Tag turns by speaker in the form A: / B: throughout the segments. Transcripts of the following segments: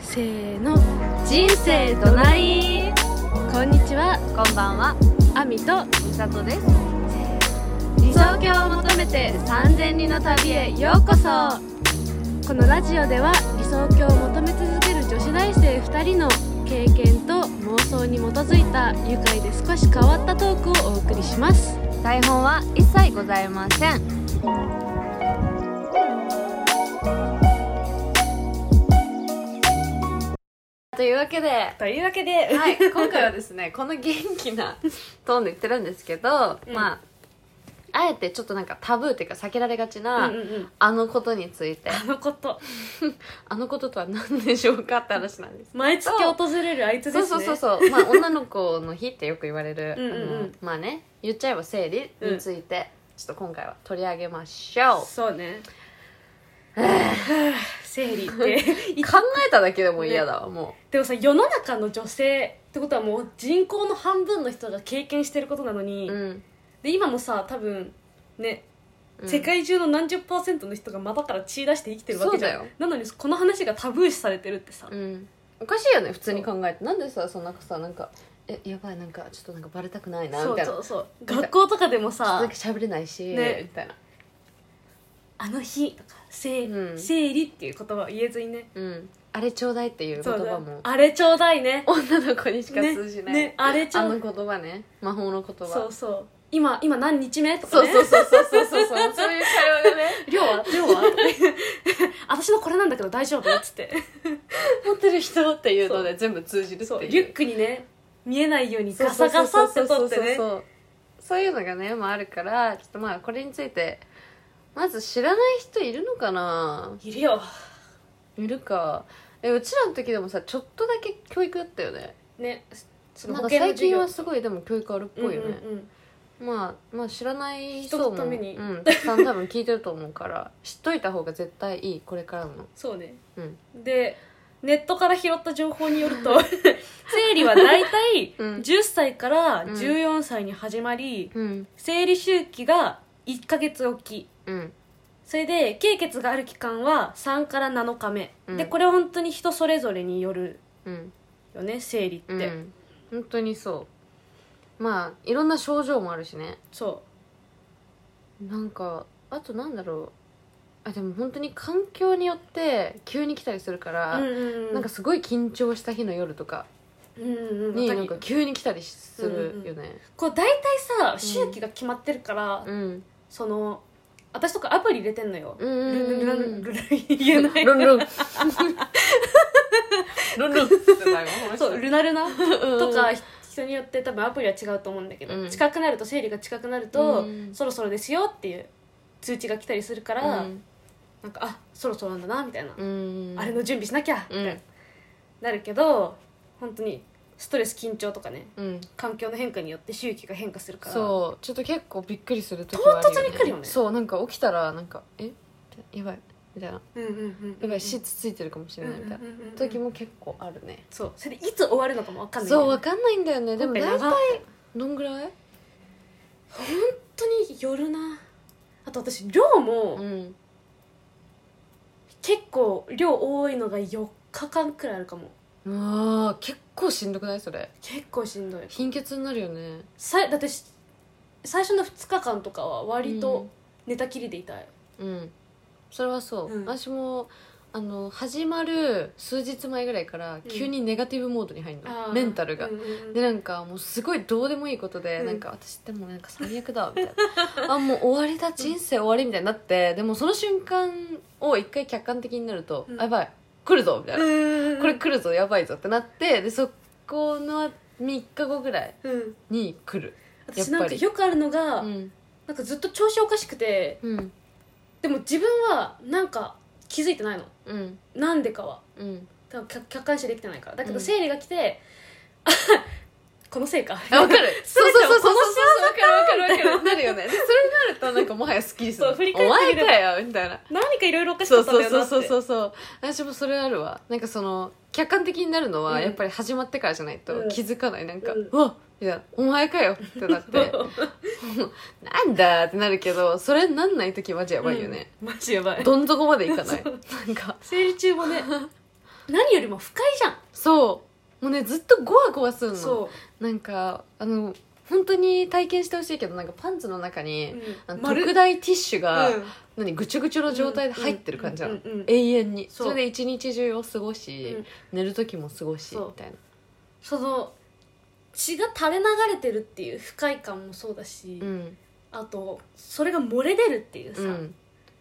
A: せーの
B: 人生どない
A: こんにちは
B: こんばんは
A: あみと
B: みさとです理想郷を求めて3000人の旅へようこそ
A: このラジオでは理想郷を求め続ける女子大生2人の経験と妄想に基づいた愉快で少し変わったトークをお送りします
B: 台本は一切ございませんというわけで
A: というわけでは
B: はい、今回はです ねこの元気なトーンで言ってるんですけど、
A: うん
B: まああえてちょっとなんかタブーっていうか避けられがちな、
A: うんうんうん
B: あのことについて
A: あのこと
B: あのこととは何でしょうかって話なんです
A: 毎月訪れるあいつです
B: そ
A: ね
B: うそうそうそう、まあ、女の子の日ってよく言われる
A: うんうんうん
B: あのまあね言っちゃえば生理について、ちょっと今回は取り上げましょ
A: そうね生 理って
B: う考えただけでも嫌だわも
A: でもさ世の中の女性ってことはもう人口の半分の人が経験してることなのに、
B: う、うん
A: で今もさ多分ね
B: うん
A: 世界中の何十パーセントの人が股から血出して生きてるわけじゃ
B: そうんだよ
A: なのにこの話がタブー視されてるってさ、
B: うん、おかしいよね普通に考えてなんでさそんなさなんかえやばいなんかちょっとなんかバレたくないなみ
A: そ
B: た
A: う
B: いな
A: そうそう
B: なんか
A: 学校とかでも
B: なん
A: さ
B: か喋れないし、
A: ね
B: みたいな
A: 「あの日」とか生、
B: うん
A: 生理」っていう言葉を言えずにね
B: うんあれちょうだいっていう言
A: そうだ
B: 葉
A: よ
B: も
A: あれちょうだいね
B: 女の子にしか通じない、
A: ねねあれち
B: あ
A: ょ
B: の
A: う
B: 言葉ね魔法の言葉
A: そうそう今今何日目とか、
B: そう
A: ね、
B: そうそうそう そうそうそうそういう会話がね
A: 量 は量は 私のこれなんだけど大丈夫っつって
B: 持ってる人っていうので全部通じるって
A: そう
B: いう
A: リュックにね見えないようにガサガサって取ってね
B: そうそうそうそうそういうのがね、まあ、あるからちょっとまあこれについてまず知らない人いるのかない
A: るよ
B: いるかえうちらの時でもさちょっとだけ教育だったよね
A: ねそ
B: なん
A: の保
B: か
A: 険の
B: 最
A: 授
B: 近
A: 業
B: はすごいでも教育あるっぽいよ
A: うん
B: ね、
A: うんうん
B: まあ、まあ知らない人
A: 人
B: も
A: のために
B: うん、たくさん多分聞いてると思うから 知っといた方が絶対いいこれからの
A: そうね
B: うん
A: でネットから拾った情報による と生理は大体
B: うん
A: 10歳から14歳に始まり、
B: うん
A: 生理周期が1ヶ月おき
B: うん
A: それで経血がある期間は3から7日目、
B: うん
A: でこれは本当に人それぞれによる
B: うん
A: よね生理って、
B: うん本当にそうまあいろんな症状もあるしね
A: そ
B: なんかあとなんだろうあでも本当に環境によって急に来たりするか
A: う
B: ら、
A: う
B: なんかすごい緊張した日の夜とか
A: うんうん
B: に
A: わか
B: なん
A: る
B: か急に来たりするよね
A: こう大体さ周期が決まってるから、
B: うん
A: その私とかアプリ入れてんのよ、
B: うんうん
A: ルン
B: うん
A: ル
B: う
A: ンルン
B: ん
A: ルン言えない
B: ルンルンルンルンって言ってたよ
A: そうルナルナとか
B: うん
A: 人によって多分アプリは違うと思うんだけど、
B: うん
A: 近くなると生理が近くなると、
B: うん
A: そろそろですよっていう通知が来たりするから、なんかあそろそろなんだなみたいな、
B: うん
A: あれの準備しなきゃみ
B: う
A: たい
B: ん
A: な、なるけど本当にストレス緊張とかね
B: うん
A: 環境の変化によって周期が変化するから
B: そうちょっと結構びっくりする時はあるよ、ね、
A: 唐突に来るよね
B: そうなんか起きたらなんか「えやばい」みたいな
A: う,、うんうんうんう
B: 「や
A: ん、
B: ばいシーツついてるかもしれない」みたいな
A: うんうんうんうん
B: 時も結構あるね
A: そうそれでいつ終わるのかも分かんない
B: そうわ
A: 本
B: かんないんだよねでも
A: 今回
B: 大
A: 長
B: 体
A: かっ
B: どんぐらい
A: 当によるなあと私量も
B: うん
A: 結構量多いのが4日間くらいあるかも
B: うわー結構しんどくないそれ
A: 結構しんどい
B: 貧血になるよね
A: さだってし最初の2日間とかは割と寝たきりでいたい、
B: うんそれはそう、
A: うん
B: 私もあの始まる数日前ぐらいから急にネガティブモードに入るの、
A: あー
B: メンタルが、
A: うんうんうん
B: でなんかもうすごいどうでもいいことで、
A: うん
B: なんか私ってもうなんか最悪だみたいな あもう終わりだ人生終わりみたいになってでもその瞬間を一回客観的になると、
A: うん
B: あやばい来るぞみたいな、
A: うん
B: これ来るぞやばいぞってなってでそこの3日後ぐらい
A: うん
B: に来る
A: 私
B: やっ
A: なん
B: ぱ
A: か
B: り
A: よくあるのが、
B: うん
A: なんかずっと調子おかしくて
B: うん
A: でも自分はなんか気づいてないの
B: うん
A: なんでかは
B: うん
A: 多分客客観視できてないからだけ
B: う
A: ど
B: ん
A: 生理が来て、 あこのせいか
B: あ わかるそうそうそうそうそう
A: 全てをこの
B: わ
A: 幸せだ
B: かるわか るなるよねでそれになるとなんかもはやスッキリする
A: そう振り返
B: お
A: って
B: 前
A: みれば
B: かよみたいな
A: 何かいろいろおかし
B: そ
A: か
B: う
A: ったん
B: そう
A: だよな
B: そ
A: っ
B: う
A: て
B: そうそうそう私もそれあるわなんかその客観的になるの
A: う
B: は
A: ん
B: やっぱり始まってからじゃないと
A: うん
B: 気づかない、なんか
A: うん
B: 「うわっ!」みたいな「お前かよ」ってなって「 なんだ!」ってなるけどそれになんない時マジやばいよね、
A: うんマジやばい
B: どん底までいかないなんか
A: 生理中もね何よりも不快じゃん
B: そうもうねずっとゴワゴワするの
A: そう
B: なんかあの本当に体験してほしいけどなんかパンツの中に、あの
A: 丸
B: 特大ティッシュが、
A: うん
B: 何ぐちゅぐちゅの状態で入ってる感じなの、
A: うんうんうんうん
B: 永遠に
A: そ
B: そうれで一日中を過ごし、
A: うん
B: 寝る時も過ごし
A: そう
B: みたいな
A: その血が垂れ流れてるっていう不快感もそうだし、
B: うん、
A: あとそれが漏れ出るっていうさ、
B: うん、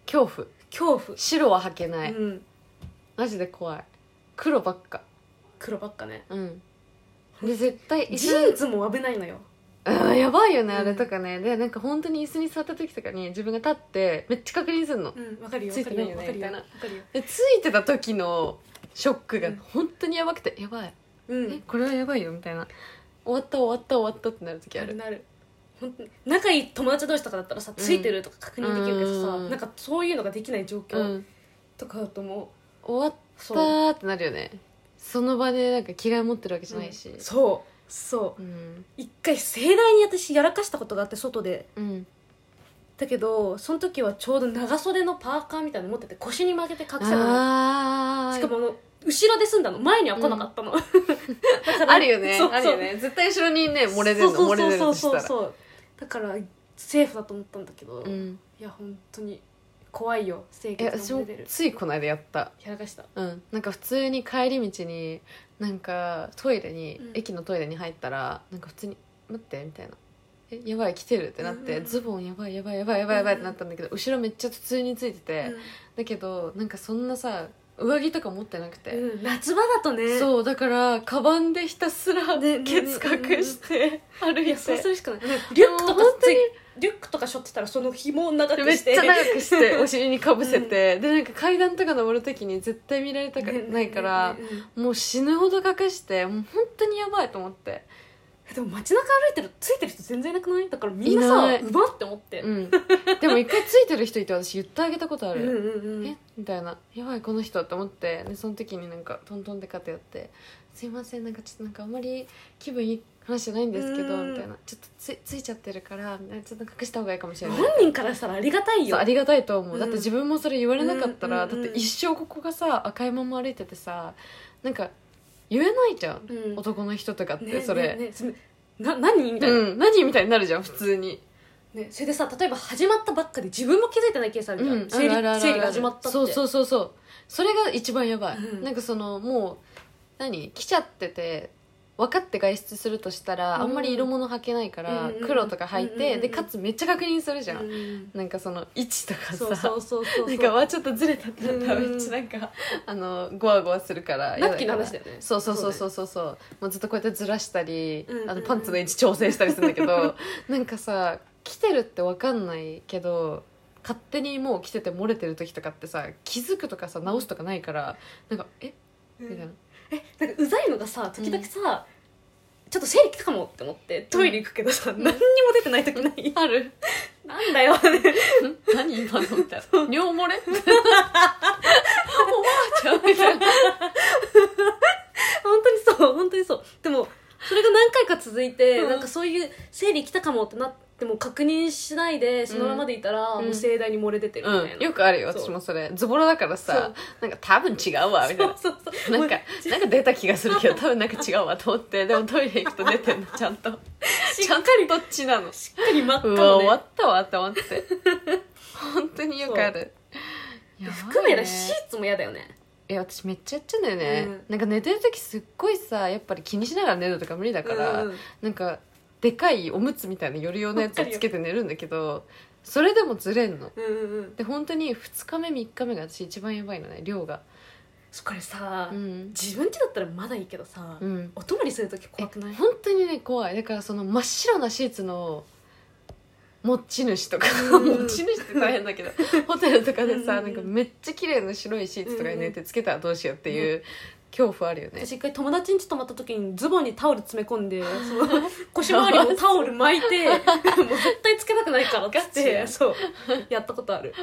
B: 恐怖
A: 恐怖、
B: 白は履けない、
A: うん、
B: マジで怖い黒ばっか
A: 黒ばっかね
B: うんで絶対椅
A: ジ
B: 子
A: ーンズも危ないのよ
B: うんやばいよね
A: うん
B: あれとかね、でなんか本当に椅子に座った時とかに自分が立ってめっちゃ確認するの
A: うんわかるよ
B: つ
A: わ
B: い
A: か
B: て
A: る
B: ない
A: よ
B: よ
A: わか
B: ね
A: るよ
B: みたいな
A: わかるよ
B: でついてた時のショックが
A: うん
B: 本当にやばくて、やばい
A: うん
B: えこれはやばいよみたいな終わった終わった終わったってなる時あ
A: なる
B: る
A: なる本当に仲いい友達同士とかだったらさついてるとか確認できるけどさ、
B: うん
A: なんかそういうのができない状
B: う
A: 況
B: ん
A: とかだと思う
B: 終わった
A: そう
B: ーってなるよねその場でなんか着替え持ってるわけじゃないし
A: そうそう
B: うん
A: 一回盛大に私やらかしたことがあって外で
B: うん
A: だけどその時はちょうど長袖のパーカーみたいなの持ってて腰に曲げて隠せたの
B: あー
A: しかもあの後ろで済んだの前には来なかったの、だから
B: あるよね
A: そうそう
B: あるよね絶対後ろにね漏れ出るの
A: そう
B: 漏れ出る
A: そう
B: と
A: そうそ
B: し
A: う
B: た
A: そうそうだからセーフだと思ったんだけど、
B: らう
A: い
B: ん
A: や本当に怖いよ清
B: え
A: 潔
B: 私
A: の
B: も
A: 漏れ出る
B: ついこの間やった
A: やらかした
B: うん、なんか普通に帰り道になんかトイレに、
A: うん
B: 駅のトイレに入ったらなんか普通に「待って」みたいな「えやばい来てる」ってなって、
A: うんうん
B: ズボンやばいやばいやばいやばいやばいってなったんだけど、後ろめっちゃ普通についてて、だけどなんかそんなさ上着とか持ってなくて、
A: うんうん夏場だとねう
B: そうだからカバンでひたすら
A: ねね
B: ケツ隠して歩い
A: い
B: て、
A: やそうするしかないリ
B: リ
A: ュッ
B: ュッ
A: ク
B: ク
A: と
B: と
A: か
B: か
A: ついリュックとか背負ってたらその紐を長く
B: めっ
A: し
B: ち
A: て
B: ゃ長くしてお尻にかぶせて、でなんか階段とか登る時に絶対見られたく
A: ねね
B: ないから。
A: ねねねね
B: もう死ぬほど隠してもう本当にやばいと思って
A: でも街中歩いてるついてる人全然いなくないだからみんなさ
B: いないう
A: まって思って
B: うん でも一回ついてる人いて私言ってあげたことあ
A: うんう
B: る、
A: んうん
B: えみたいなやばいこの人と思ってでその時になんかトントンって肩やって「すいませんなんかちょっとなんかあんまり気分いい話じゃないんですけど」
A: うん
B: みたいな「ちょっとつついちゃってるからみたいなちょっと隠した方がいいかもしれない」
A: 本人からしたらありがたい
B: そ
A: よ
B: うありがたいと思う、
A: うん
B: だって自分もそれ言われなかったら、
A: うんうんうん
B: だって一生ここがさ赤いまま歩いててさなんか言えないじゃん、
A: うん
B: 男の人とかって、
A: ね
B: それ、
A: ねねそれな何みたいな、
B: うん、何みたいになるじゃん普通に、
A: ね、それでさ例えば始まったばっかで自分も気づいてないケースあるじゃん、生理
B: あるあるあるある
A: 生理が始まったって
B: そうそうそうそうそれが一番やばい、
A: うん
B: なんかそのもう何来ちゃってて分かって外出するとしたら、
A: うん
B: あんまり色物履けないから、
A: うんうんうん
B: 黒とか履いて、
A: うんうんうん
B: でかつめっちゃ確認するじゃん、
A: うん
B: なんかその位置とかさ
A: そうそうそうそう
B: なんかわちょっとずれたってなったら
A: うん
B: めっちゃなんか、あのゴワゴワするから
A: ナプキンの話だ
B: で
A: よね
B: そうそうそうそうそうそうもうずっとこうやってずらしたり、
A: うんうんうん
B: あのパンツの位置調整したりするんだ けどなんかさ来てるって分かんないけど勝手にもう来てて漏れてる時とかってさ気づくとかさ直すとかないからなんか「え
A: うん
B: みたいな
A: なんかうざいのがさ時々さ、ちょっと生理来たかもって思ってトイレ行くけどさ、
B: ん
A: 何にも出てない時ない
B: ある
A: なんだよね
B: ん 何今の?」みたいな「尿 漏れ?」おばあちゃん」みたいな
A: 本当にそう本当にそうでもそれが何回か続いて、
B: うん
A: なんかそういう生理来たかもってなっても確認しないでそのままでいたら、
B: ん
A: もう盛大に漏れ出てるみたいな、
B: うん、よくあるよ
A: そう
B: 私もそれズボラだからさなんか多分違うわみたい な
A: そうそう
B: なんか、なんか出た気がする けど、多分なんか違うわと思って、でもトイレ行くと出てんの、ちゃんと。ちゃんとどっちなの。
A: しっかり真っ赤
B: うわ、
A: の
B: 終わ
A: ね
B: ったわって思 って。本当によくある。やばいね
A: 含めだしシーツも嫌だよね
B: え私めっちゃやっちゃうんだよね、
A: うん
B: なんか寝てる時すっごいさやっぱり気にしながら寝るとか無理だから、
A: うんうん
B: なんかでかいおむつみたいなより用のやつをつけて寝るんだけどそれでもずれんの
A: うんうんうん
B: で本当に2日目3日目が私一番やばいのね量が
A: これさ、
B: うん、
A: 自分家だったらまだいいけどさ、
B: うん、
A: お泊まりする時怖くない
B: 本当にね怖いだからその真っ白なシーツの持ち主とか
A: うん
B: 持ち主って大変 だけどホテルとかで
A: うんう
B: さ
A: ん
B: なんかめっちゃ綺麗な白いシーツとかに寝てつけたらどうしようっていう恐怖あるよ ね
A: 私一回友達ん家泊まった時にズボンにタオル詰め込んで その腰回りもタオル巻いてもう絶対つけたくないからっつっ
B: ガチ
A: て
B: や
A: そうやったことある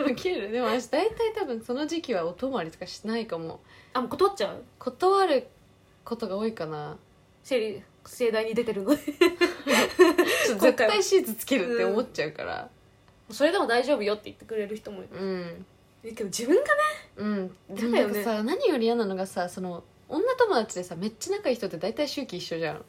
B: ウケるでも私大体多分その時期はお泊まりとかしないかも
A: あもう断っちゃう
B: 断ることが多いかな
A: 生理盛大に出てるので
B: ちょっと
A: 今
B: 絶
A: 回は
B: 対シーツつけるって思っちゃうから
A: それでも大丈夫よって言ってくれる人も
B: うん
A: いえけど自分が
B: うんでも
A: だよ
B: なん
A: ね
B: かさ、何より嫌なのがさその女友達でさめっちゃ仲いい人って大体周期一緒じ ゃん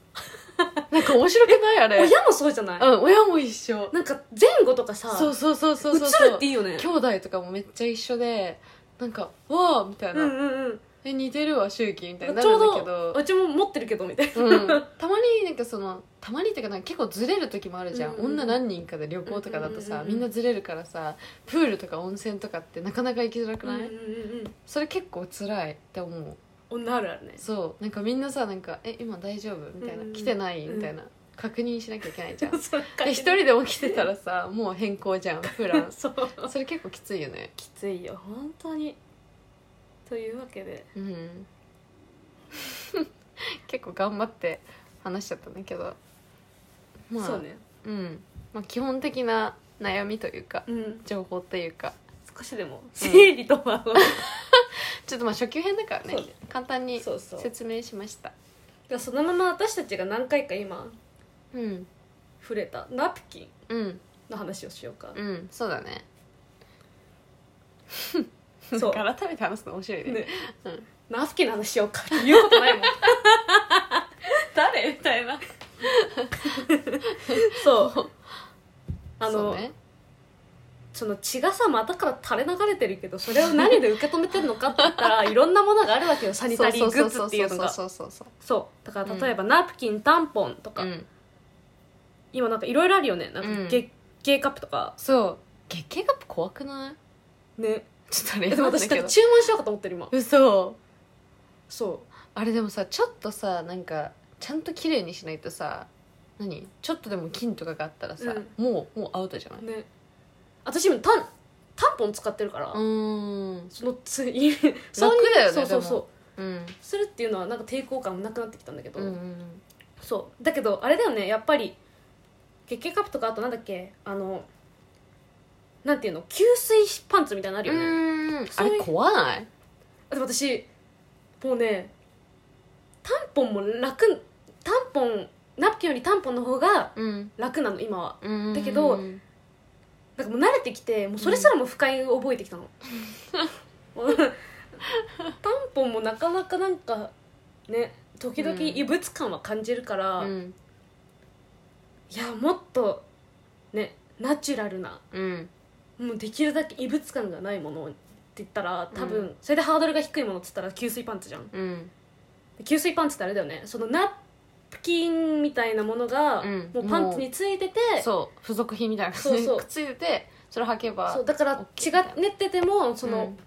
B: なんか面白くないあれ
A: 親もそうじゃない
B: うん親も一緒
A: なんか前後とかさ
B: そうそうそうそうそう
A: 映るっていいよね
B: 兄弟とかもめっちゃ一緒でなんか「わあ」みたいな「
A: うんうんうん
B: え似てるわ周期」みたいにな
A: ちょ
B: る
A: うん
B: だけど
A: どうちも持ってるけどみたいな
B: うん、たまになんかそのたまにっていうかなんか結構ずれる時もあるじゃ
A: う
B: ん、
A: んうん
B: 女何人かで旅行とかだ
A: うん
B: と
A: うん
B: さ、
A: うん
B: みんなずれるからさプールとか温泉とかってなかなか行きづらくない、
A: うんうんうんうん
B: それ結構辛いって思う
A: 女あるあ るね
B: そうなんかみんなさなんか「え今大丈夫?」みたいな
A: うんうん
B: 「来てない?」みたいな確認しなきゃいけないじゃんで
A: そう
B: 一人でも来てたらさもう変 更じゃんプラン
A: そう
B: それ結構きついよね
A: きついよ本当にというわけで
B: うん結構頑張って話しちゃったんだけどまあ
A: そうね
B: うん、まあ、基本的な悩みというか
A: うん
B: 情報というか
A: 少しでも整理とは
B: ちょっとまあ初級編だからね
A: そうね
B: 簡単 に
A: そうそう
B: 説明しました
A: でそのまま私たちが何回か今
B: うん
A: 触れたナプキン
B: うん
A: の話をしようか、
B: うんそうだね
A: そう
B: 改めて話すの面白いね
A: ね
B: うん
A: ナプキンの話しようかって言うこと ないもん
B: 誰みたいな
A: そうあ
B: あ
A: の
B: の
A: そ,、の血がさ股から垂れ流れてるけどそれを何で受け止めてるのかって言 ったらいろんなものがあるわけよサニタリーグッズっていうのが
B: そうそうそうそう
A: そうだから例えば、ナプキンタンポンとか、
B: そううん
A: 今なんかいろいろあるよねなんか
B: うん
A: 月経カップとか
B: そう月経カップ怖くない
A: ね
B: ちょっとあれ
A: で
B: や
A: も
B: なんだ
A: 私だ
B: け
A: っ
B: ど
A: て注文しようかと思ってる今
B: 嘘
A: そ
B: あれでもさちょっとさなんかちゃんと綺麗にしないとさ何ちょっとでも菌とかがあったらさ、もうもうアウトじゃないう
A: ね私今タンタンポン使ってるから、
B: うーん
A: そのつい楽
B: 楽だよね
A: そうそう
B: でも
A: そう
B: うん
A: するっていうのはなんか抵抗感もなくなってきたんだけど、
B: うんうん
A: そうだけどあれだよねやっぱり月経カップとかあとなんだっけあのなんていうの吸水パンツみたいなのあるよね、
B: うん
A: そ
B: あ
A: ういう
B: れ怖ない
A: あでも私もうねタンポンも楽タンポンナプキンよりタンポンの方が
B: うん
A: 楽なの今は
B: うん
A: だけど
B: うん
A: なんかもう慣れてきてもうそれすらも不快を覚えてきたの、もう タンポンもなかなかなんかね時々
B: うん
A: 異物感は感じるから、
B: うん
A: いやもっとねナチュラルな
B: うん
A: もうできるだけ異物感がないものって言ったら多分、それでハードルが低いものって言ったら吸水パンツじゃん
B: うん
A: で吸水パンツってあれだよねそのナプキンみたいなものが、
B: うん
A: もうパンツについてて
B: そう付属品みたいな感じで
A: そうそう
B: くっついててそれ履けば
A: そうだから血
B: OK
A: が練っててもその、
B: うん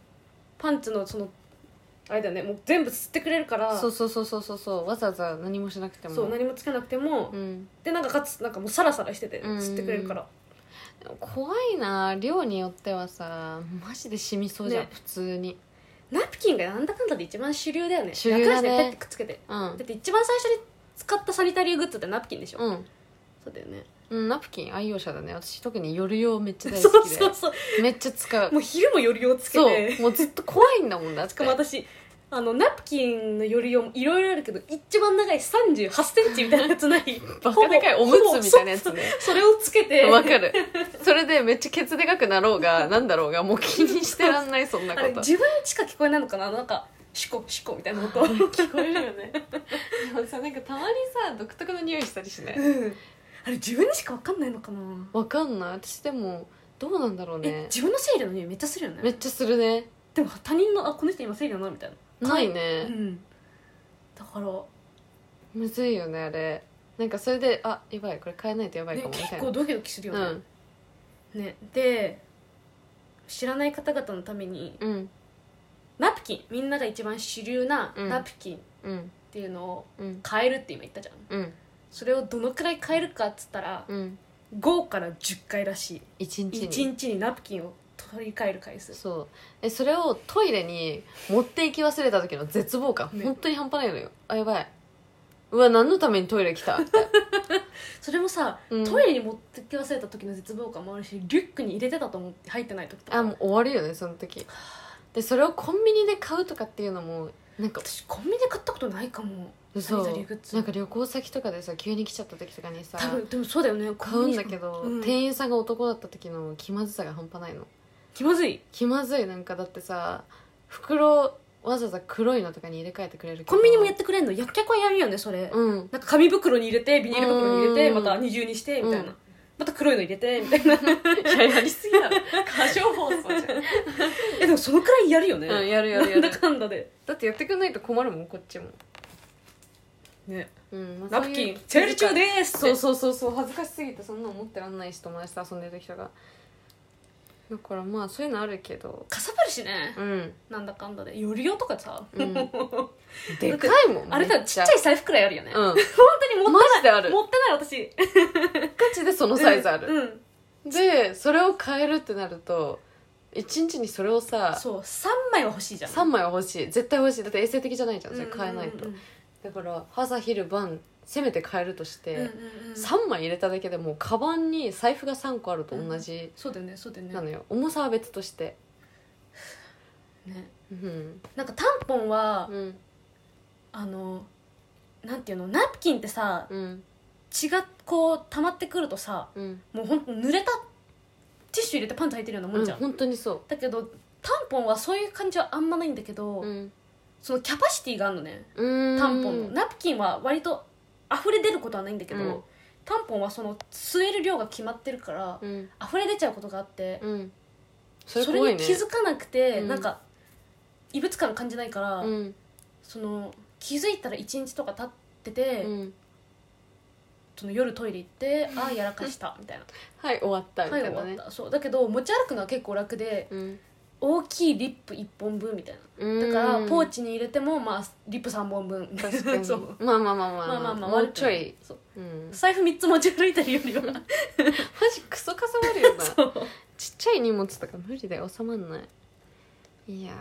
A: パンツのそのあれだよねもう全部吸ってくれるから
B: そうそうそうそうそうそうわざわざ何もしなくても
A: そう何もつけなくても、
B: うん
A: でなんかかつなんかもうサラサラしてて
B: うん
A: 吸ってくれるから、
B: でも怖いな量によってはさマジで染みそうじゃん
A: ね
B: 普通に
A: ナプキンがなんだかんだで一番主流だよね
B: 主流だね
A: 楽だしペッてくっつけて
B: うん
A: だって一番最初に使ったサニタリーグッズってナプキンでしょ、
B: うん
A: そうだよね
B: うんナプキン愛用者だね私特に夜用めっちゃ大
A: そ
B: 好
A: う
B: き で
A: そうそう
B: めっちゃ使う
A: もう昼もよりをつけて
B: そうもうずっと怖いんだもんだって
A: しかも私あのナプキンのよりよもいろいろあるけど一番長い3 8センチみたいなやつない
B: バカでかいおむつみたいなやつね
A: そうそれをつけて
B: わかるそれでめっちゃケツでかくなろうがなんだろうがもう気にしてらんないそんな
A: あ
B: こ
A: れ
B: と
A: 自分しか聞こえないのかななんかシコシコみたいな音
B: 聞こえるよねでもさなんかたまにさ独特の匂いしたりしな い
A: うんあれ自分にしかわかんないのかな、
B: わかんない私でもどうなんだろう
A: え
B: ね
A: 自分の生理の匂いめっちゃするよ
B: め
A: ね
B: っちゃするね
A: でも他人のあこの人今生理だなみたいな
B: ない
A: うん、
B: ね
A: だから、
B: むずいよねあれなんかそれであやばいこれ変えないとやばい
A: ね
B: かもみた
A: 結
B: い
A: 構
B: な
A: ドキドキするよ
B: う
A: ね,、
B: ん
A: ねで知らない方々のために
B: うん
A: ナプキンみんなが一番主流な
B: うん
A: ナプキンっ
B: うん
A: ていうのを
B: うん
A: 変えるって今言ったじゃん
B: うん
A: それをどのくらい変えるかっつったら
B: うん
A: 5から10回らし
B: 一
A: い
B: 日
A: 1
B: に
A: 日にナプキンを取り替える回数
B: そうえそれをトイレに持っていき忘れた時の絶望感、
A: ね
B: 本当に半端ないのよあやばいうわ何のためにトイレ 来たみたいな
A: それもさ、
B: うん
A: トイレに持ってき忘れた時の絶望感もあるしリュックに入れてたと思って入ってない時とか
B: あもう終わるよねその時でそれをコンビニで買うとかっていうのもなんか
A: 私コンビニで買ったことないかもサ
B: 嘘
A: ニタリーグッズ
B: なんか旅行先とかでさ急に来ちゃった時とかにさ
A: 多分でもそうだよね
B: 買うんだけど、
A: うん
B: 店員さんが男だった時の気まずさが半端ないの
C: 気まずい
B: 気まずいなんかだってさ袋わざわざ黒いのとかに入れ替えてくれるけど
A: コンビニもやってくれんの薬局はやるよねそれ、
B: うん
A: なんか紙袋に入れてビニール袋に入れて
B: う
A: ま
B: ん
A: た二重にしてみたいな、
B: うん
A: また黒いの入れてみたいな
B: い ややりすぎだろ過小放送じ
A: えでもそのくらいやるよね、
B: ゃん、うん、やるやるや
A: なん
B: る
A: だかんだで
B: だってやってくんないと困るもんこっちも、
A: ね
B: うんまあ
A: ナ
B: そう
A: プ
B: いう
A: キンチェルチューです
B: そうそうそうそう恥ずかしすぎてそんなの持ってらんないし友達と遊んでる時とかだからまあそういうのあるけど
A: かさばるしね、
B: うん、
A: なんだかんだでよりよとかさ、
B: うん、で
A: で
B: かいもん
A: あれだちっちゃ
B: い
A: い財布くらいあるよね、
B: うん
A: 本当にも
B: マ
A: っ
B: ジであ
A: た
B: る
A: 持ってない私
B: ガチでそのサイズある、
A: うんうん
B: でそれを変えるってなると1日にそれをさ
A: そう3枚は欲しいじゃん
B: 3枚は欲しい絶対欲しいだって衛生的じゃないじゃんそれ変えないと、
A: うんうん
B: だから朝昼晩せめて変えるとして、
A: うんうんうん
B: 3枚入れただけでもうカバンに財布が3個あると同じ
A: そうだよねそうだよね
B: なのよ、重さは別として
A: ね
B: うん
A: なんかタンポンは、
B: うん
A: あのなんていうのナプキンってさ
B: うん
A: 血がこう溜まってくるとさ
B: うん
A: もうほんと濡れたティッシュ入れてパンツ履いてるようなもんじゃん、
B: 本当にそ
A: だけどタンポンはそういう感じはあんまないんだけど、
B: ううん
A: そのキャパシティがあるのね
B: うん
A: タンポンの、ナプキンは割と溢れ出ることはないんだけど、
B: うん
A: タンポンはその吸える量が決まってるから、
B: うん
A: 溢れ出ちゃうことがあって、
B: うんそ
A: そ
B: れ
A: れ
B: 怖い
A: に
B: ね
A: 気づかなくて、
B: うん
A: なんか異物感感じないから、
B: うん
A: その気づいたら1日とか経ってて、
B: うん
A: その夜トイレ行ってああやらかしたみたい な
B: はい終わったみ
A: は
B: た
A: い
B: いな
A: 終
B: ね、
A: わったそうだけど持ち歩くのは結構楽で大きいリップ1本分みたい
B: うん
A: なだからポー
B: チ
A: チに入れてもまあリップ3本分みたいな
B: 確かに
A: そう
B: まあまあまあまあ
A: まあまあまあ
B: もうちょい、
A: そう
B: うん、マ
A: 財布3つ持ち歩いてるよりは
B: ジクソかさばるよな
A: そう
B: ちっちゃい荷物とか無理で収まんないいや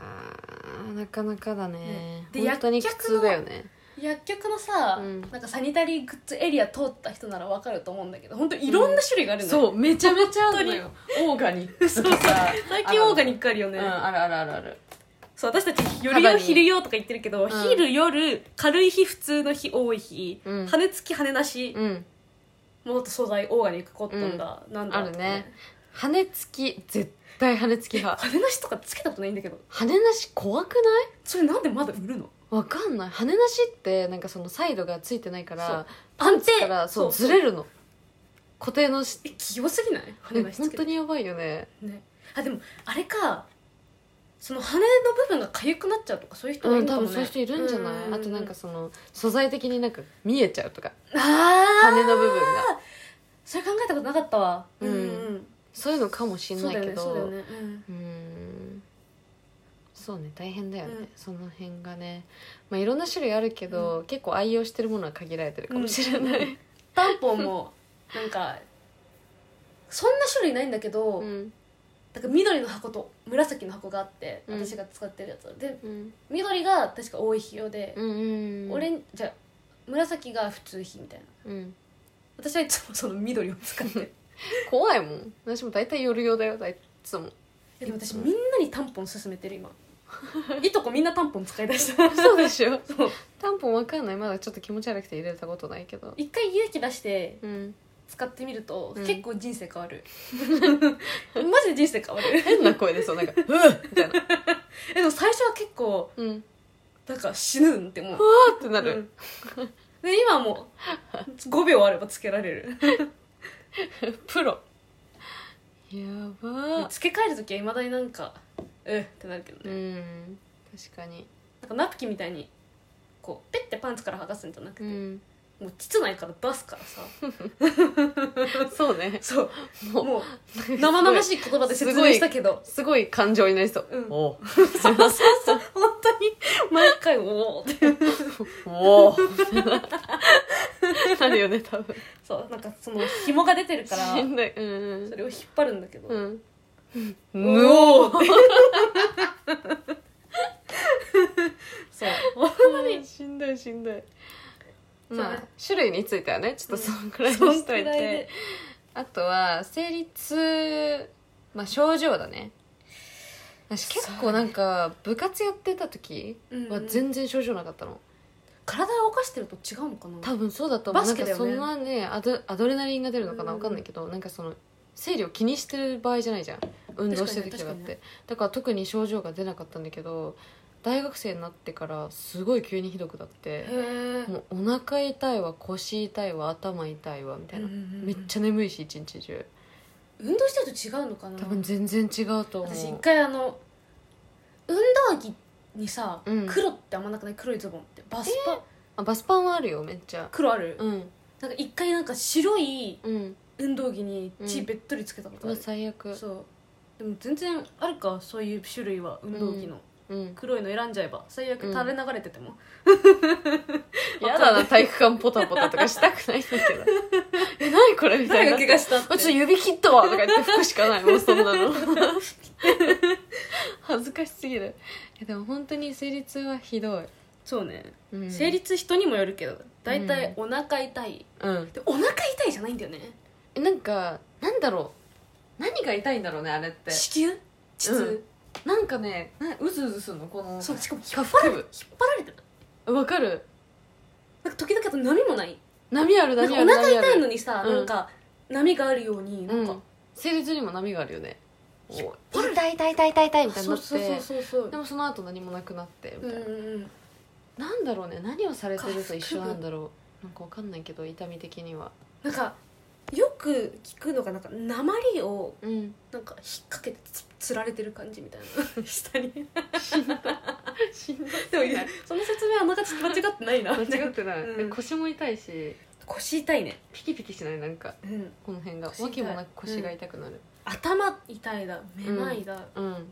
B: ーなかなかだね
A: ねで
B: 本当に苦痛だよね
A: 薬局のさ、
B: うん
A: なんかサニタリーグッズエリア通った人ならわかると思うんだけど本当いろんな種類があるのよ、
B: うめちゃめちゃ
A: あんのよ
B: オーガニック
A: そうさ最近オーガニックあるよ
B: う
A: ね、
B: んあるあるあるある
A: そう私たち「より
B: 肌
A: よ
B: に
A: 昼よ」とか言ってるけど、
B: ん
A: 昼夜軽い日普通の日多い日、
B: うん
A: 羽付き羽なし、
B: うん
A: もっと素材オーガニックコットンだ、なんだ
B: あるね羽付き絶対羽付き派
A: 羽なしとかつけたことないんだけど
B: 羽なし怖くない
A: それなんでまだ売るの
B: わかんない羽なしってなんかそのサイドがついてないか
A: そう
B: ら
A: 安定
B: からそうずれるの固定のし
A: え器用すぎない羽なし
B: 本
A: つけ
B: 当
A: て、
B: にやばいよね
A: ね、あでもあれかその羽の部分が痒くなっちゃうとかそういう人がいうる
B: ん
A: のか
B: 多
A: も、ね
B: 分そういう人いるんじゃない、
A: うん
B: あとなんかその素材的になんか見えちゃうとか
A: あー
B: 羽の部分が
A: それ考えたことなかったわ
B: うん
A: ん
B: そういうのかもし
A: うんんそ
B: な
A: うだ
B: い
A: よ
B: け
A: ねそうだよ
B: ど
A: ね、うん
B: うーんそうね大変だよね、
A: うん
B: その辺がねまあいろんな種類あるけど、結構愛用してるものは限られてるかもしれない、
A: タンポン もなんかそんな種類ないんだけど、
B: うん
A: だから緑の箱と紫の箱があって
B: うん
A: 私が使ってるやつ、で
B: うん
A: 緑が確か多い費用で、
B: うんうん
A: オレンじゃあ紫が普通費みたいな
B: うん
A: 私はいつもその緑を使って
B: 怖いもん私も大体夜用だよ大体いつも
A: でも私みんなにタンポン勧めてる 今いとこみんなタンポン使いだした
B: そうでしょ
A: そう
B: タンポンわかんないまだちょっと気持ち悪くて入れたことないけど
A: 一回勇気出して
B: うん
A: 使ってみると、
B: うん
A: 結構人生変わるマジで人生変わる
B: 変な声でそうなんか「うっ!」 みたいな
A: えでも最初は結構
B: 「うん」
A: なんか死ぬんって思う
B: ってなる、
A: うんで今はもう5秒あればつけられる
B: プロやば
A: 付け替える時はいまだになんかうっってなるけどね、
B: うん確かに
A: なんかナプキンみたいにこうペッてパンツから剥がすんじゃなくて、
B: うん
A: もう膣内から出すから さ
B: そう ね
A: そう
B: もう
A: もう生々しい言葉で説明したけど
B: すごい感情になりそう、
A: うん
B: おう
A: そうそうそう本当に毎回おおって
B: おお なるよね多分
A: そうなんかその紐が出てるから
B: しんどいうん
A: それを引っ張るんだけど、
B: うん
A: ぬおーってそう本当に
B: しんどいしんどい
A: そう
B: まあ種類についてはねちょっとそのくらいに
A: そん
B: し
A: く
B: と
A: ら
B: い
A: い
B: て、
A: で
B: あとは生理痛、まあ、症状だね私結構なんか部活やってた時は全然症状なかったの、
A: 体を動かしてると違うのかな
B: 多分そうだと思う、
A: バ
B: な
A: ス
B: ん
A: ケ
B: か
A: だよ
B: そ
A: ね
B: んなねアドアドレナリンが出るのかな
A: うん
B: 分かんないけどなんかその生理を気にしてる場合じゃないじゃん運動してる
A: 確
B: 時だ
A: か
B: っ
A: に
B: てだから特に症状が出なかったんだけど大学生になってからすごい急にひどくなって
A: へ
B: もうお腹痛いわ腰痛いわ頭痛いわみた
A: え
B: いな、め
A: め
B: っちゃ眠いし一日中
A: 運動したと違うのかな
B: 多分全然違うと思う
A: 私一回あの運動着にさ、
B: うん
A: 黒ってあんまなくない黒いズボンってバスパ、
B: あバスパンはあるよめっちゃ
A: 黒ある、
B: うん
A: なんか一回なんか白い
B: うん
A: 運動着に血
B: うん
A: べっとりつけたことあ
B: うわ
A: る、
B: 最悪
A: そうでも全然あるかそういう種類は運動着の、
B: うん
A: 黒いの選んじゃえば最悪
B: うん
A: 垂れ流れてても、
B: やだな体育館ポタポタとかしたくないんだけど え何これみたい
A: 誰
B: な
A: が 怪我したって
B: あちょっと指切ったわとか言って服しか ないもうそんなの恥ずかしすぎるえでも本当に生理痛はひどい、
A: そうね、
B: うん、
A: 成立人にもよるけど大体お腹痛い、
B: うん
A: でお腹痛いじゃないんだよね
B: えなんかなんだろう何が痛いんだろうねあれって
A: 子宮膣、
B: うんなんかねなうずうずするのこの
A: そうしかも
B: 下腹部
A: 引っ張られてる
B: わかる
A: なんか時々あと波もない
B: 波ある
A: なん
B: 波
A: かお
B: ある
A: 腹
B: 波あ
A: 痛いの
B: る
A: にさ、
B: うん
A: なんか波があるようにな
B: うん
A: か、
B: ん生理痛にも波があるよねおい
A: 張る
B: 痛い痛い痛い痛い痛いみたい
A: そ
B: にな
A: う
B: って
A: そうそうそうそう
B: でもその後何もなくなってみ
A: う
B: た
A: ん
B: いな、
A: うんうん
B: なんだろうね何をされてると一緒なんだろうなんかわかんないけど痛み的には
A: なんかよく聞くのがなんか鉛を
B: うん
A: なんか引っ掛けてつつられてる感じみたい な下にでも
B: しんどい
A: その説明はあながち間違ってないな
B: 間違ってない、
A: うん
B: で腰も痛いし
A: 腰痛いね、
B: ピキピキしないなんか
A: うん、
B: この辺が
A: 腰痛い
B: 脇もなく腰が痛くなる
A: 頭痛いだめまいだ、
B: うん、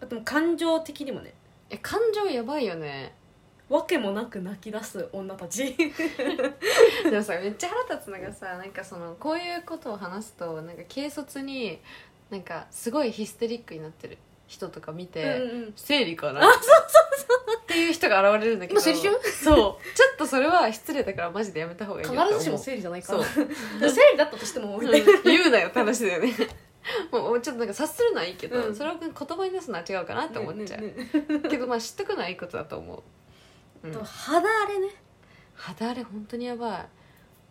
A: あともう感情的にもね
B: え感情やばいよね
A: わけもなく泣き出す女たち
B: でもさめっちゃ腹立つのがさなんかそのこういうことを話すとなんか軽率になんかすごいヒステリックになってる人とか見て、
A: うん
B: 生理かなそうそうそうっていう人が現れるんだけ
A: 今
B: ど
A: 生理中
B: そうちょっとそれは失礼だからマジでやめた方がいい
A: 必
B: よって思う
A: ずしも生理じゃないか
B: そう
A: ら生理だったとしても
B: 言うなよって話だよね もうちょっとなんか察するのはいいけど、
A: うん
B: それを言葉に出すのは違うかなって思っちゃう、
A: ねねね
B: けどまあ知っとくのはいいことだと思う、う
A: あ
B: ん
A: と、肌荒れね
B: 肌荒れ本当にやばい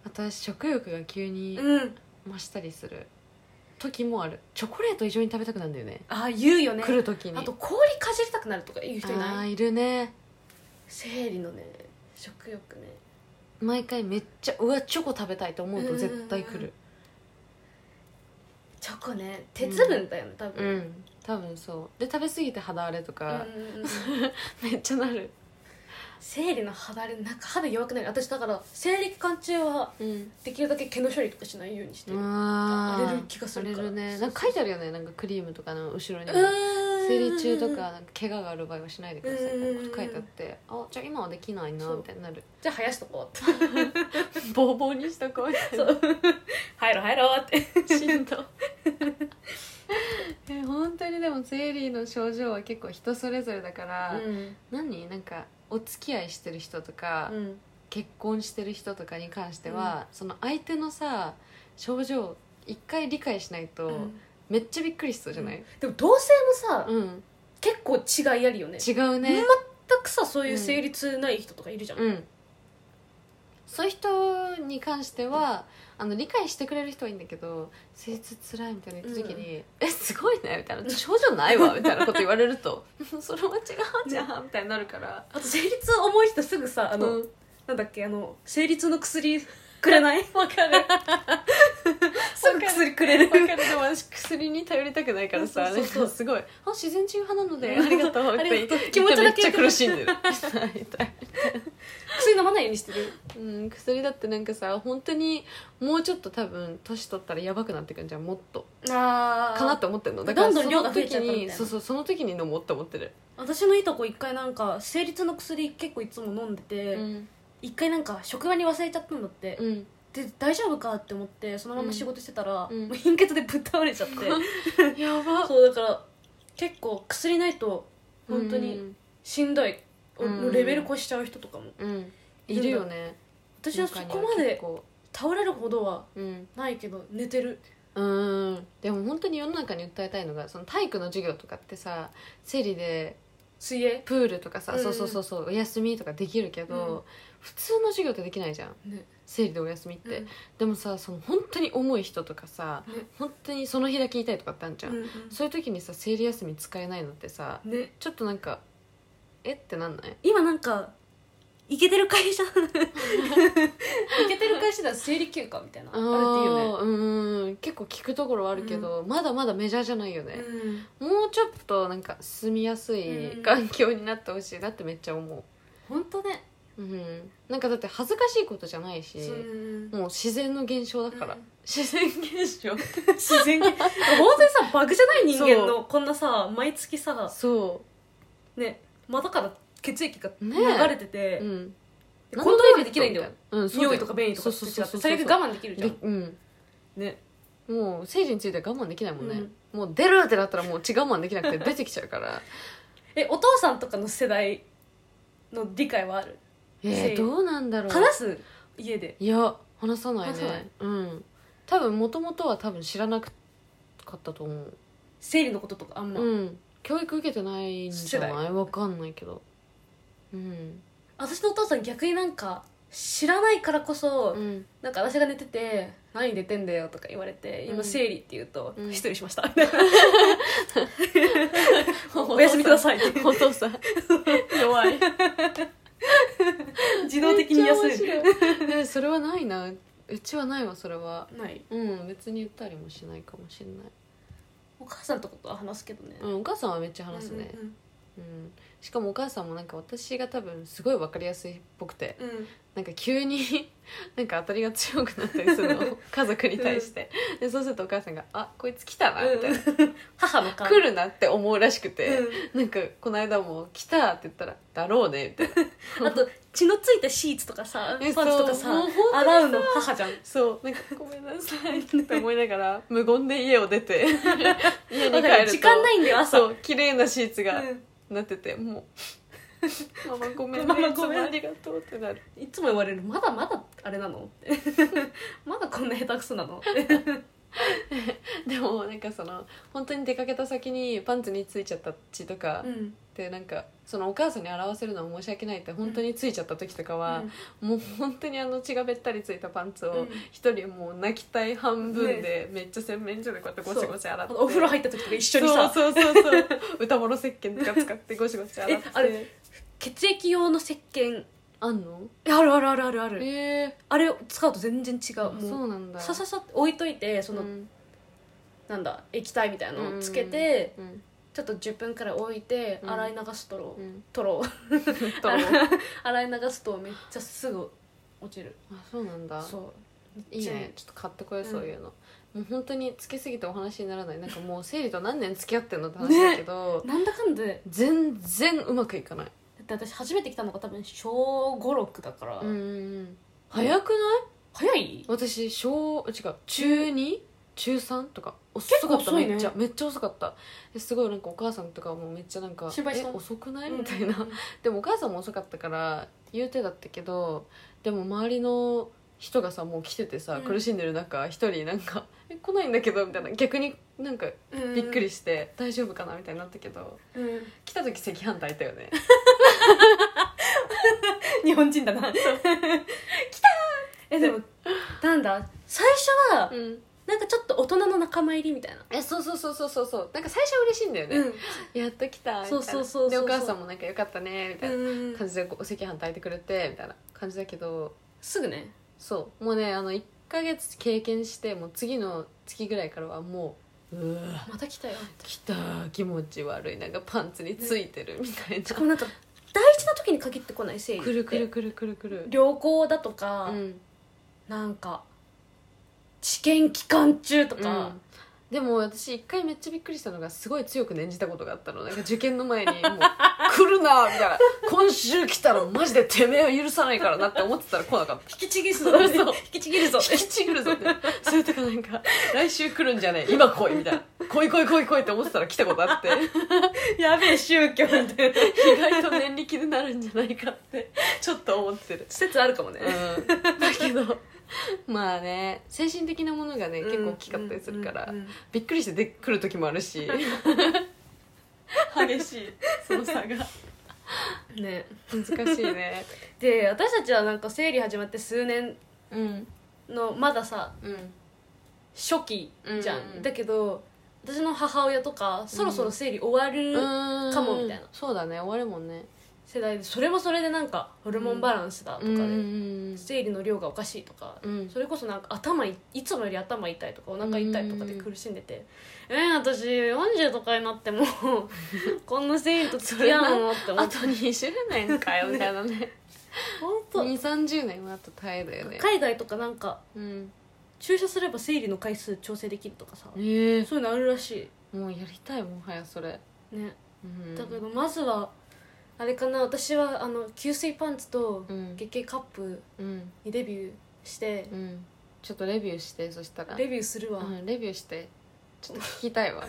B: 私食欲が急に
A: うん
B: 増したりする時もあるチョコレート異常に食べたくなるんだよね
A: ああ言うよね
B: 来る時に
A: あと氷かじりたくなるとかいう人い
B: あ
A: な
B: ー
A: い
B: いるね
A: 生理のね食欲ね
B: 毎回めっちゃうわチョコ食べたいと思うと絶対来る
A: チョコね鉄分だよね、多
B: う
A: 分、
B: ん多分そうで食べ過ぎて肌荒れと
A: うんうん
B: か、
A: うん、
B: めっちゃなる
A: 生理の肌荒れなんか肌弱くない私だから生理期間中は
B: うん
A: できるだけ毛の処理とかしないようにしてる
B: あ
A: 荒れる気がするから
B: 荒れね
A: そ
B: な
A: うん
B: か書いてあるよねなんかクリームとかの後ろにも生
A: 生
B: 理中とかなんか怪我がある場合はしないでくださいみたいなこと書いてあってあじゃあ今はできないな
A: そう
B: みたいになる
A: じゃあ生やしとこうって
B: ボーボーにしとこうみたいな
A: 入ろう入ろうって
B: しんど え本当にでも生理の症状は結構人それぞれだから、
A: うん
B: 何なんかお付き合いしてる人とか、
A: うん
B: 結婚してる人とかに関しては、その相手のさ症状一回理解しないと、めっちゃびっくりしそうじゃない、
A: でも同性もさ、
B: うん、
A: 結構違いあるよね
B: 違うね、
A: 全くさそういう生理痛ない人とかいるじゃん、
B: うん、そういう人に関してはあの理解してくれる人はいいんだけど「生理痛つらい」みたいな言った時に「えすごいね」みたいな「症状ない わ」みたいなこと言われると「それは違うじゃん」みたいになるから
A: あと生理痛重い人すぐさあ
B: あ
A: の、
B: の、
A: なんだっけあの生理痛の薬くれない
B: わか る
A: すぐ薬くれる
B: わかるでも私薬に頼りたくないからさ
A: そうそうそう
B: なんか すごい「あ自然治癒派なのでありがとう」っ
A: あり
B: て
A: がとう
B: 気持ち
A: め
B: め
A: っ
B: っ
A: ち
B: ち
A: ゃ
B: ゃ
A: 苦
B: 苦
A: し
B: し
A: ん
B: ん
A: で
B: で
A: る
B: る
A: 薬飲まないようにしてる
B: うん、薬だってなんかさ本当にもうちょっと多分年取ったらやばくなってくんじゃんもっと
A: あ
B: かなって思ってるのだ
A: ど
B: から
A: ん
B: そ
A: どん量
B: の
A: が増え
B: 時
A: ちゃったみたい
B: に
A: な
B: そうそうその時に飲もうって思ってる、
A: 私のいとこ一回なんか生理痛の薬結構いつも飲んで
B: う
A: て
B: ん
A: 一、回なんか職場に忘れちゃったんだって、
B: うん、
A: で大丈夫かって思ってそのまま仕事してたら、
B: うん
A: もう貧血でぶっ倒れ ちゃって
B: やば
A: そうだから結構薬ないと本当にしんどい、
B: うん
A: もうレベル越しちゃう人とかも
B: うん、うんいるよね
A: 私はそこま
B: 中には結
A: で
B: 構
A: 倒れるほどは
B: うん
A: ないけど寝てる
B: うんでも本当に世の中に訴えたいのがその体育の授業とかってさ生理で
A: 水泳
B: プールとかさ、
A: うん
B: そうそうそうそうお休みとかできるけど、
A: うん
B: 普通の授業ってできないじゃん
A: ね
B: 生理でお休みって、
A: うん
B: でもさその本当に重い人とかさ、
A: ね
B: 本当にその日だけいたいとかってあるじゃん、
A: うん
B: そういう時にさ生理休み使えないのってさ
A: うんね
B: ちょっとなんかえってなんない
A: 今なんかイケてる会社イケてる会社では生理休暇みたいなあ
B: あ
A: るっていいよね
B: ーうん結構聞くところはあるけど、まだまだメジャーじゃないよね、
A: うん
B: もうちょっとなんか住みやす
A: う
B: い
A: ん
B: 環境になってほしいなってめっちゃ思
A: 本当ね
B: う、うん、なんかだって恥ずかしいことじゃないし、
A: うん
B: もう自然の現象だから、
A: うん
B: 自然現 象
A: 自然に本当にさバグじゃない人間
B: そ
A: のこんなさ毎月さ
B: そ
A: ね股から血液が
B: ね
A: 流れてて、
B: ううん
A: でコントロールできないんだよ、
B: うん、そうだよ
A: 匂いとか便意とか
B: そう
A: 口
B: そう
A: だっ
B: そ
A: て
B: う
A: 最悪我慢できるじゃん
B: でうん
A: ね
B: もう生理については我慢できないもんね、もう出るってなったらもう血我慢できなくて出てきちゃうから
A: えお父さんとかの世代の理解はある
B: え
A: 生
B: ー、
A: 理
B: どうなんだろう
A: 話す家で
B: いや話さないね
A: 話さない
B: うん多分もともとは多分知らなかったと思う、
A: 生理のこととかあんま、
B: うん教育受けてないんじゃ
A: 世
B: ないわかんないけどうん
A: 私のお父さん逆になんか知らないからこそ、
B: うん
A: なんか私が寝てて「何寝てんだよ」とか言われて「
B: うん
A: 今生理」って言うと
B: うん
A: 「失礼しま した」 おやすみください」
B: お父 さん弱い
A: 自動的に休んで
B: でねそれはないなうちはないわそれは
A: ない
B: うん別に言ったりもしないかもしれない、
A: お母さんとかとは話すけどね
B: うん、お母さんはめっちゃ話すね、うんしかもお母さんもなんか私が多分すごい分かりやすいっぽくて
A: うんうんうん
B: なんか急 になんか当たりが強くなったりする の家族に対して、でそうするとお母さんが「あこいつ来たな」みたいな、
A: 母の感
B: 来るなって思うらしくて、
A: う
B: なんかこの間も「来た」って言ったら「だろうね」みたいな。
A: んあと血のついたシーツとかさパ
B: え
A: ンツとか
B: そうもう
A: さ
B: 本当にさ
A: 洗うの母じゃん
B: そうなんかごめんなさいって思いながら無言で 家を出て 家に
A: だか
B: 帰る
A: ら
B: と
A: 時間ないんだよ朝
B: そう綺麗なシーツが
A: うん
B: なってて、もう ママごめんね
A: ママごめん
B: いつもありがとうってなる
A: いつも言われる「まだまだあれなの?」って 「まだこんな下手くそなの?」
B: でもなんかその本当に出かけた先にパンツについちゃった血とか
A: うん
B: でなんかそのお母さんに表せるのは申し訳ないって本当についちゃった時とかは、もう本当にあの血がべったりついたパンツ
A: う
B: を
A: ん
B: 一人もう泣きたい半分でめっちゃ洗面所でこうやってゴシゴシ洗っ
A: あ
B: て
A: のお風呂入った時とか一緒にさ
B: そうそうそうそう 歌もろ石鹸とか使ってゴシゴシ洗って
A: えあれ血液用の石鹸
B: あんの
A: えあるあるあるあるある
B: ええ
A: あれを使うと全然違う
B: ー、そ
A: もう
B: うなんだ
A: さささって置いといてその、
B: うん
A: なんだ液体みたいなのをつけて、
B: うん
A: ちょっと10分くらい置いて
B: うん
A: 洗い流すとろ、
B: うん
A: とろ
B: とあ
A: 洗い流すとめっちゃすぐ落ちる
B: そうなんだ
A: そう
B: いいねちょっと買ってこようそういうの、もう本当につけすぎてお話にならないなんかもう生理と何年付き合ってんのって話だけど、
A: なんだかんだで
B: 全然うまくいかない
A: だって私初めて来たのが多分小56だから、
B: うんうんうん早くない
A: 早い
B: 私小違う中 2? 中3とか遅かった
A: 結構遅いね
B: めっちゃめっちゃ遅かったですごいなんかお母さんとかもめっちゃなんか
A: 心配した
B: え遅くない?」みたいな、でもお母さんも遅かったから言うてだったけどでも周りの人がさもう来ててさ、
A: うん
B: 苦しんでる中一人なんか「え来ないんだけど」みたいな逆になんかびっくり
A: し
B: して「大丈夫かな?」みたいになったけど
A: た、うん
B: 来た時赤飯炊いたよね
A: 日本人だ な来たえでもなんだ最初は
B: うん
A: なんかちょっと大人の仲間入りみたいな
B: えそうそうそうそうそうそうなんか最初は嬉しいんだよね、
A: うん
B: やっと来たみたいな
A: そうそうそうそう
B: でお母さんもなんか「よかったね」みたいな、
A: うん
B: 感じでこうお赤飯炊いてくれてみたいな感じだけど
A: すぐね
B: そうもうねあの1ヶ月経験してもう次の月ぐらいからはもううわ
A: また来たよ
B: 来た気持ち悪いなんかパンツについてるみたい
A: し
B: な、
A: かもなんか大事な時に限ってこない生理って
B: くるくるくるくるくる
A: 旅行だとか、
B: うん
A: なんか試験期間中と
B: う
A: か
B: ん、でも私一回めっちゃびっくりしたのがすごい強く念じたことがあったのなんか受験の 前にもう来るなみたいな今週来たらマジでてめえを許さないからなって思ってたら来なかった
A: 引きちぎるぞ
B: そうそう
A: 引きちぎるぞ
B: 引きちぎるぞってそれとかなんか来週来るんじゃねえ今来いみたいな来い来い来い来いって思ってたら来たことあって
A: やべえ宗教みたいな
B: 意外と念力になるんじゃないかってちょっと思ってる
A: 説あるかもね、
B: うん だけどまあね精神的なものがね結構大きかったりするから、
A: うんうんうん
B: びっくりしてで来る時もあるし
A: うん激しいその差がね
B: 難しいね
A: で私たちはなんか生理始まって数年
B: うん
A: のまださ
B: うん
A: 初期じゃん、
B: うんうん
A: だけど私の母親とかそろそろ生理終わる、か
B: か
A: もみたいな
B: そうだね終わるもんね
A: 世代でそれもそれでなんかホルモンバランスだと
B: と
A: かで、生理の量がおかしいとか、
B: うん
A: それこそなんか頭いいつもより頭痛いとかお腹痛いとかで
B: うん
A: 苦しんでて、えー、私40とかになって もこんな生理と付き合うのって思
B: あ
A: って
B: と20年かよみたいな ね
A: 本当
B: 2三3 0年はあと耐えだよね
A: 海外とかなんか
B: うん
A: 注射すれば生理の回数調整できるとかさ、
B: ええ
A: そういうのあるらし
B: もうやりたいもはやそれ
A: いね
B: うん
A: だけどまずはあれかな私はあの吸水パンツと
B: うん
A: 月経カップ
B: うん
A: にデビューして、
B: うんちょっとレビューしてそしたら
A: レビューするわ、
B: うんレビューしてちょっと聞きたいわ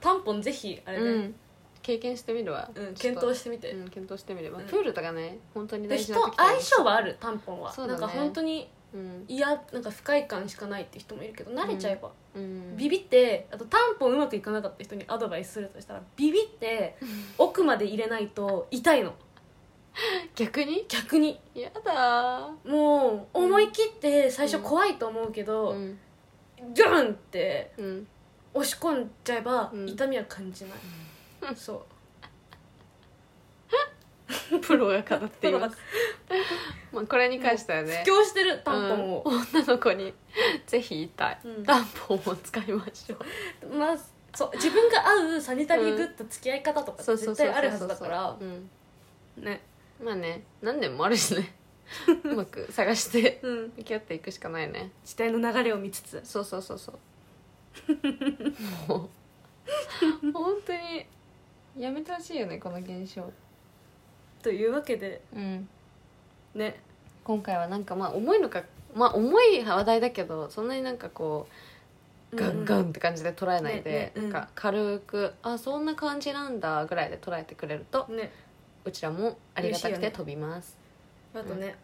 A: タンポンぜひあれね、
B: うん経験してみるわ
A: うん
B: ちょっ
A: 検
B: と
A: 討してみて、
B: うん検討してみれば
A: うん
B: プールとかね本当に
A: で
B: 大事
A: 人
B: な時
A: 相性はあるタンポンは、
B: そうだ
A: な
B: ね
A: んか本当に
B: うん
A: いやなんか不快感しかないって人もいるけど慣れちゃえば、
B: うん
A: ビビってあとタンポンうまくいかなかった人にアドバイスするとしたらビビって奥まで入れないと痛いの
B: 逆に
A: 逆に
B: やだー
A: もう
B: うん
A: 思い切って最初
B: うん
A: 怖いと思うけど、
B: うん
A: ジャンって
B: うん
A: 押し込んじゃえば
B: うん
A: 痛みは感じない、そう
B: プロが語ってい
A: だ
B: ま
A: か
B: す、まあ、これに関しては
A: ら
B: ね
A: 布教してるタンポンを、
B: 女の子に ぜひ言いたい、
A: うん
B: タンポンを使いましょう
A: まあそう自分が合うサニタリーグッズ付き合い方とかって絶対あるはずだから
B: うん
A: ね
B: まあね何年もあるし ねうまく探して
A: うん
B: 向き合っていくしかないね
A: 時代の流れを見つつ
B: そうそうそうそうもう本当にやめてほしいよねこの現象
A: というわけで
B: うん
A: ね
B: 今回はなんかまあ重いのかまあ重い話題だけどそんなになんかこうガンガンって感じで捉えないで、
A: ねねうん
B: なんか軽く「あそんな感じなんだ」ぐらいで捉えてくれると
A: ね
B: うちらもありがたくて飛びます、
A: あとね、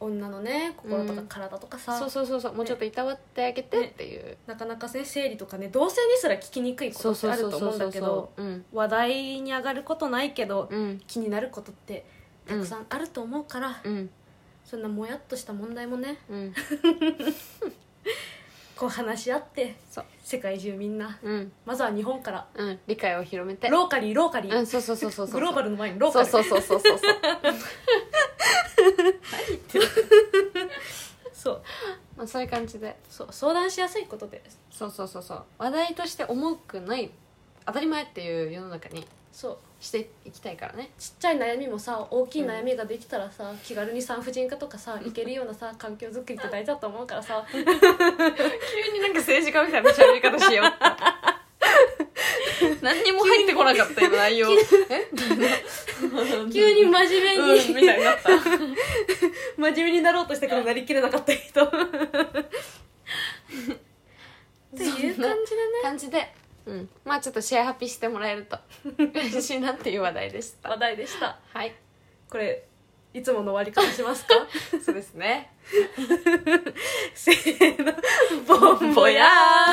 A: 女のね心とか体とかさ、
B: そうそうそうそうもうちょっといたわってあげてっていう、
A: なかなかね生理とかね同性にすら聞きにくいこ
B: そ
A: と
B: う
A: って
B: そう
A: ある
B: そう
A: と
B: そ
A: 思うん
B: うそ
A: だ
B: う
A: けど
B: うん
A: 話題に上がることないけど、
B: うん
A: 気になることってたくさんあると思うから、
B: うん
A: そんなもやっとした問題もね
B: うん
A: こう話し合って
B: そう
A: 世界中みんな
B: うん
A: まずは日本から
B: うん理解を広めて
A: ローカリーローカリー、
B: うんそうそうそうそうそ
A: グ
B: う
A: ローバルの前にローカ
B: そう
A: リー
B: そうそうそうそうそう
A: そう
B: まあそういう感じで
A: そう相談しやすいことで
B: そうそうそうそう話題として重くない当たり前っていう世の中に
A: そう
B: していきたいからね
A: ちっちゃい悩みもさ大きい悩みができたらさ、気軽に産婦人科とかさ行けるようなさ環境づくりって大事だと思うからさ
B: 急になんか政治家みたいな喋り方しよう 何にも入ってこなかったよ内容え
A: 急に真面目に、
B: うんみたいになった
A: 真面目になろうとしたけどなりきれな かった人という感じでね
B: 感じで、うん、まあちょっとシェアハピしてもらえる と嬉しいなっていう話題でした
A: 話題でした
B: はい
A: これいつもの終わり方します か
B: そうですね
A: せーのボンボヤー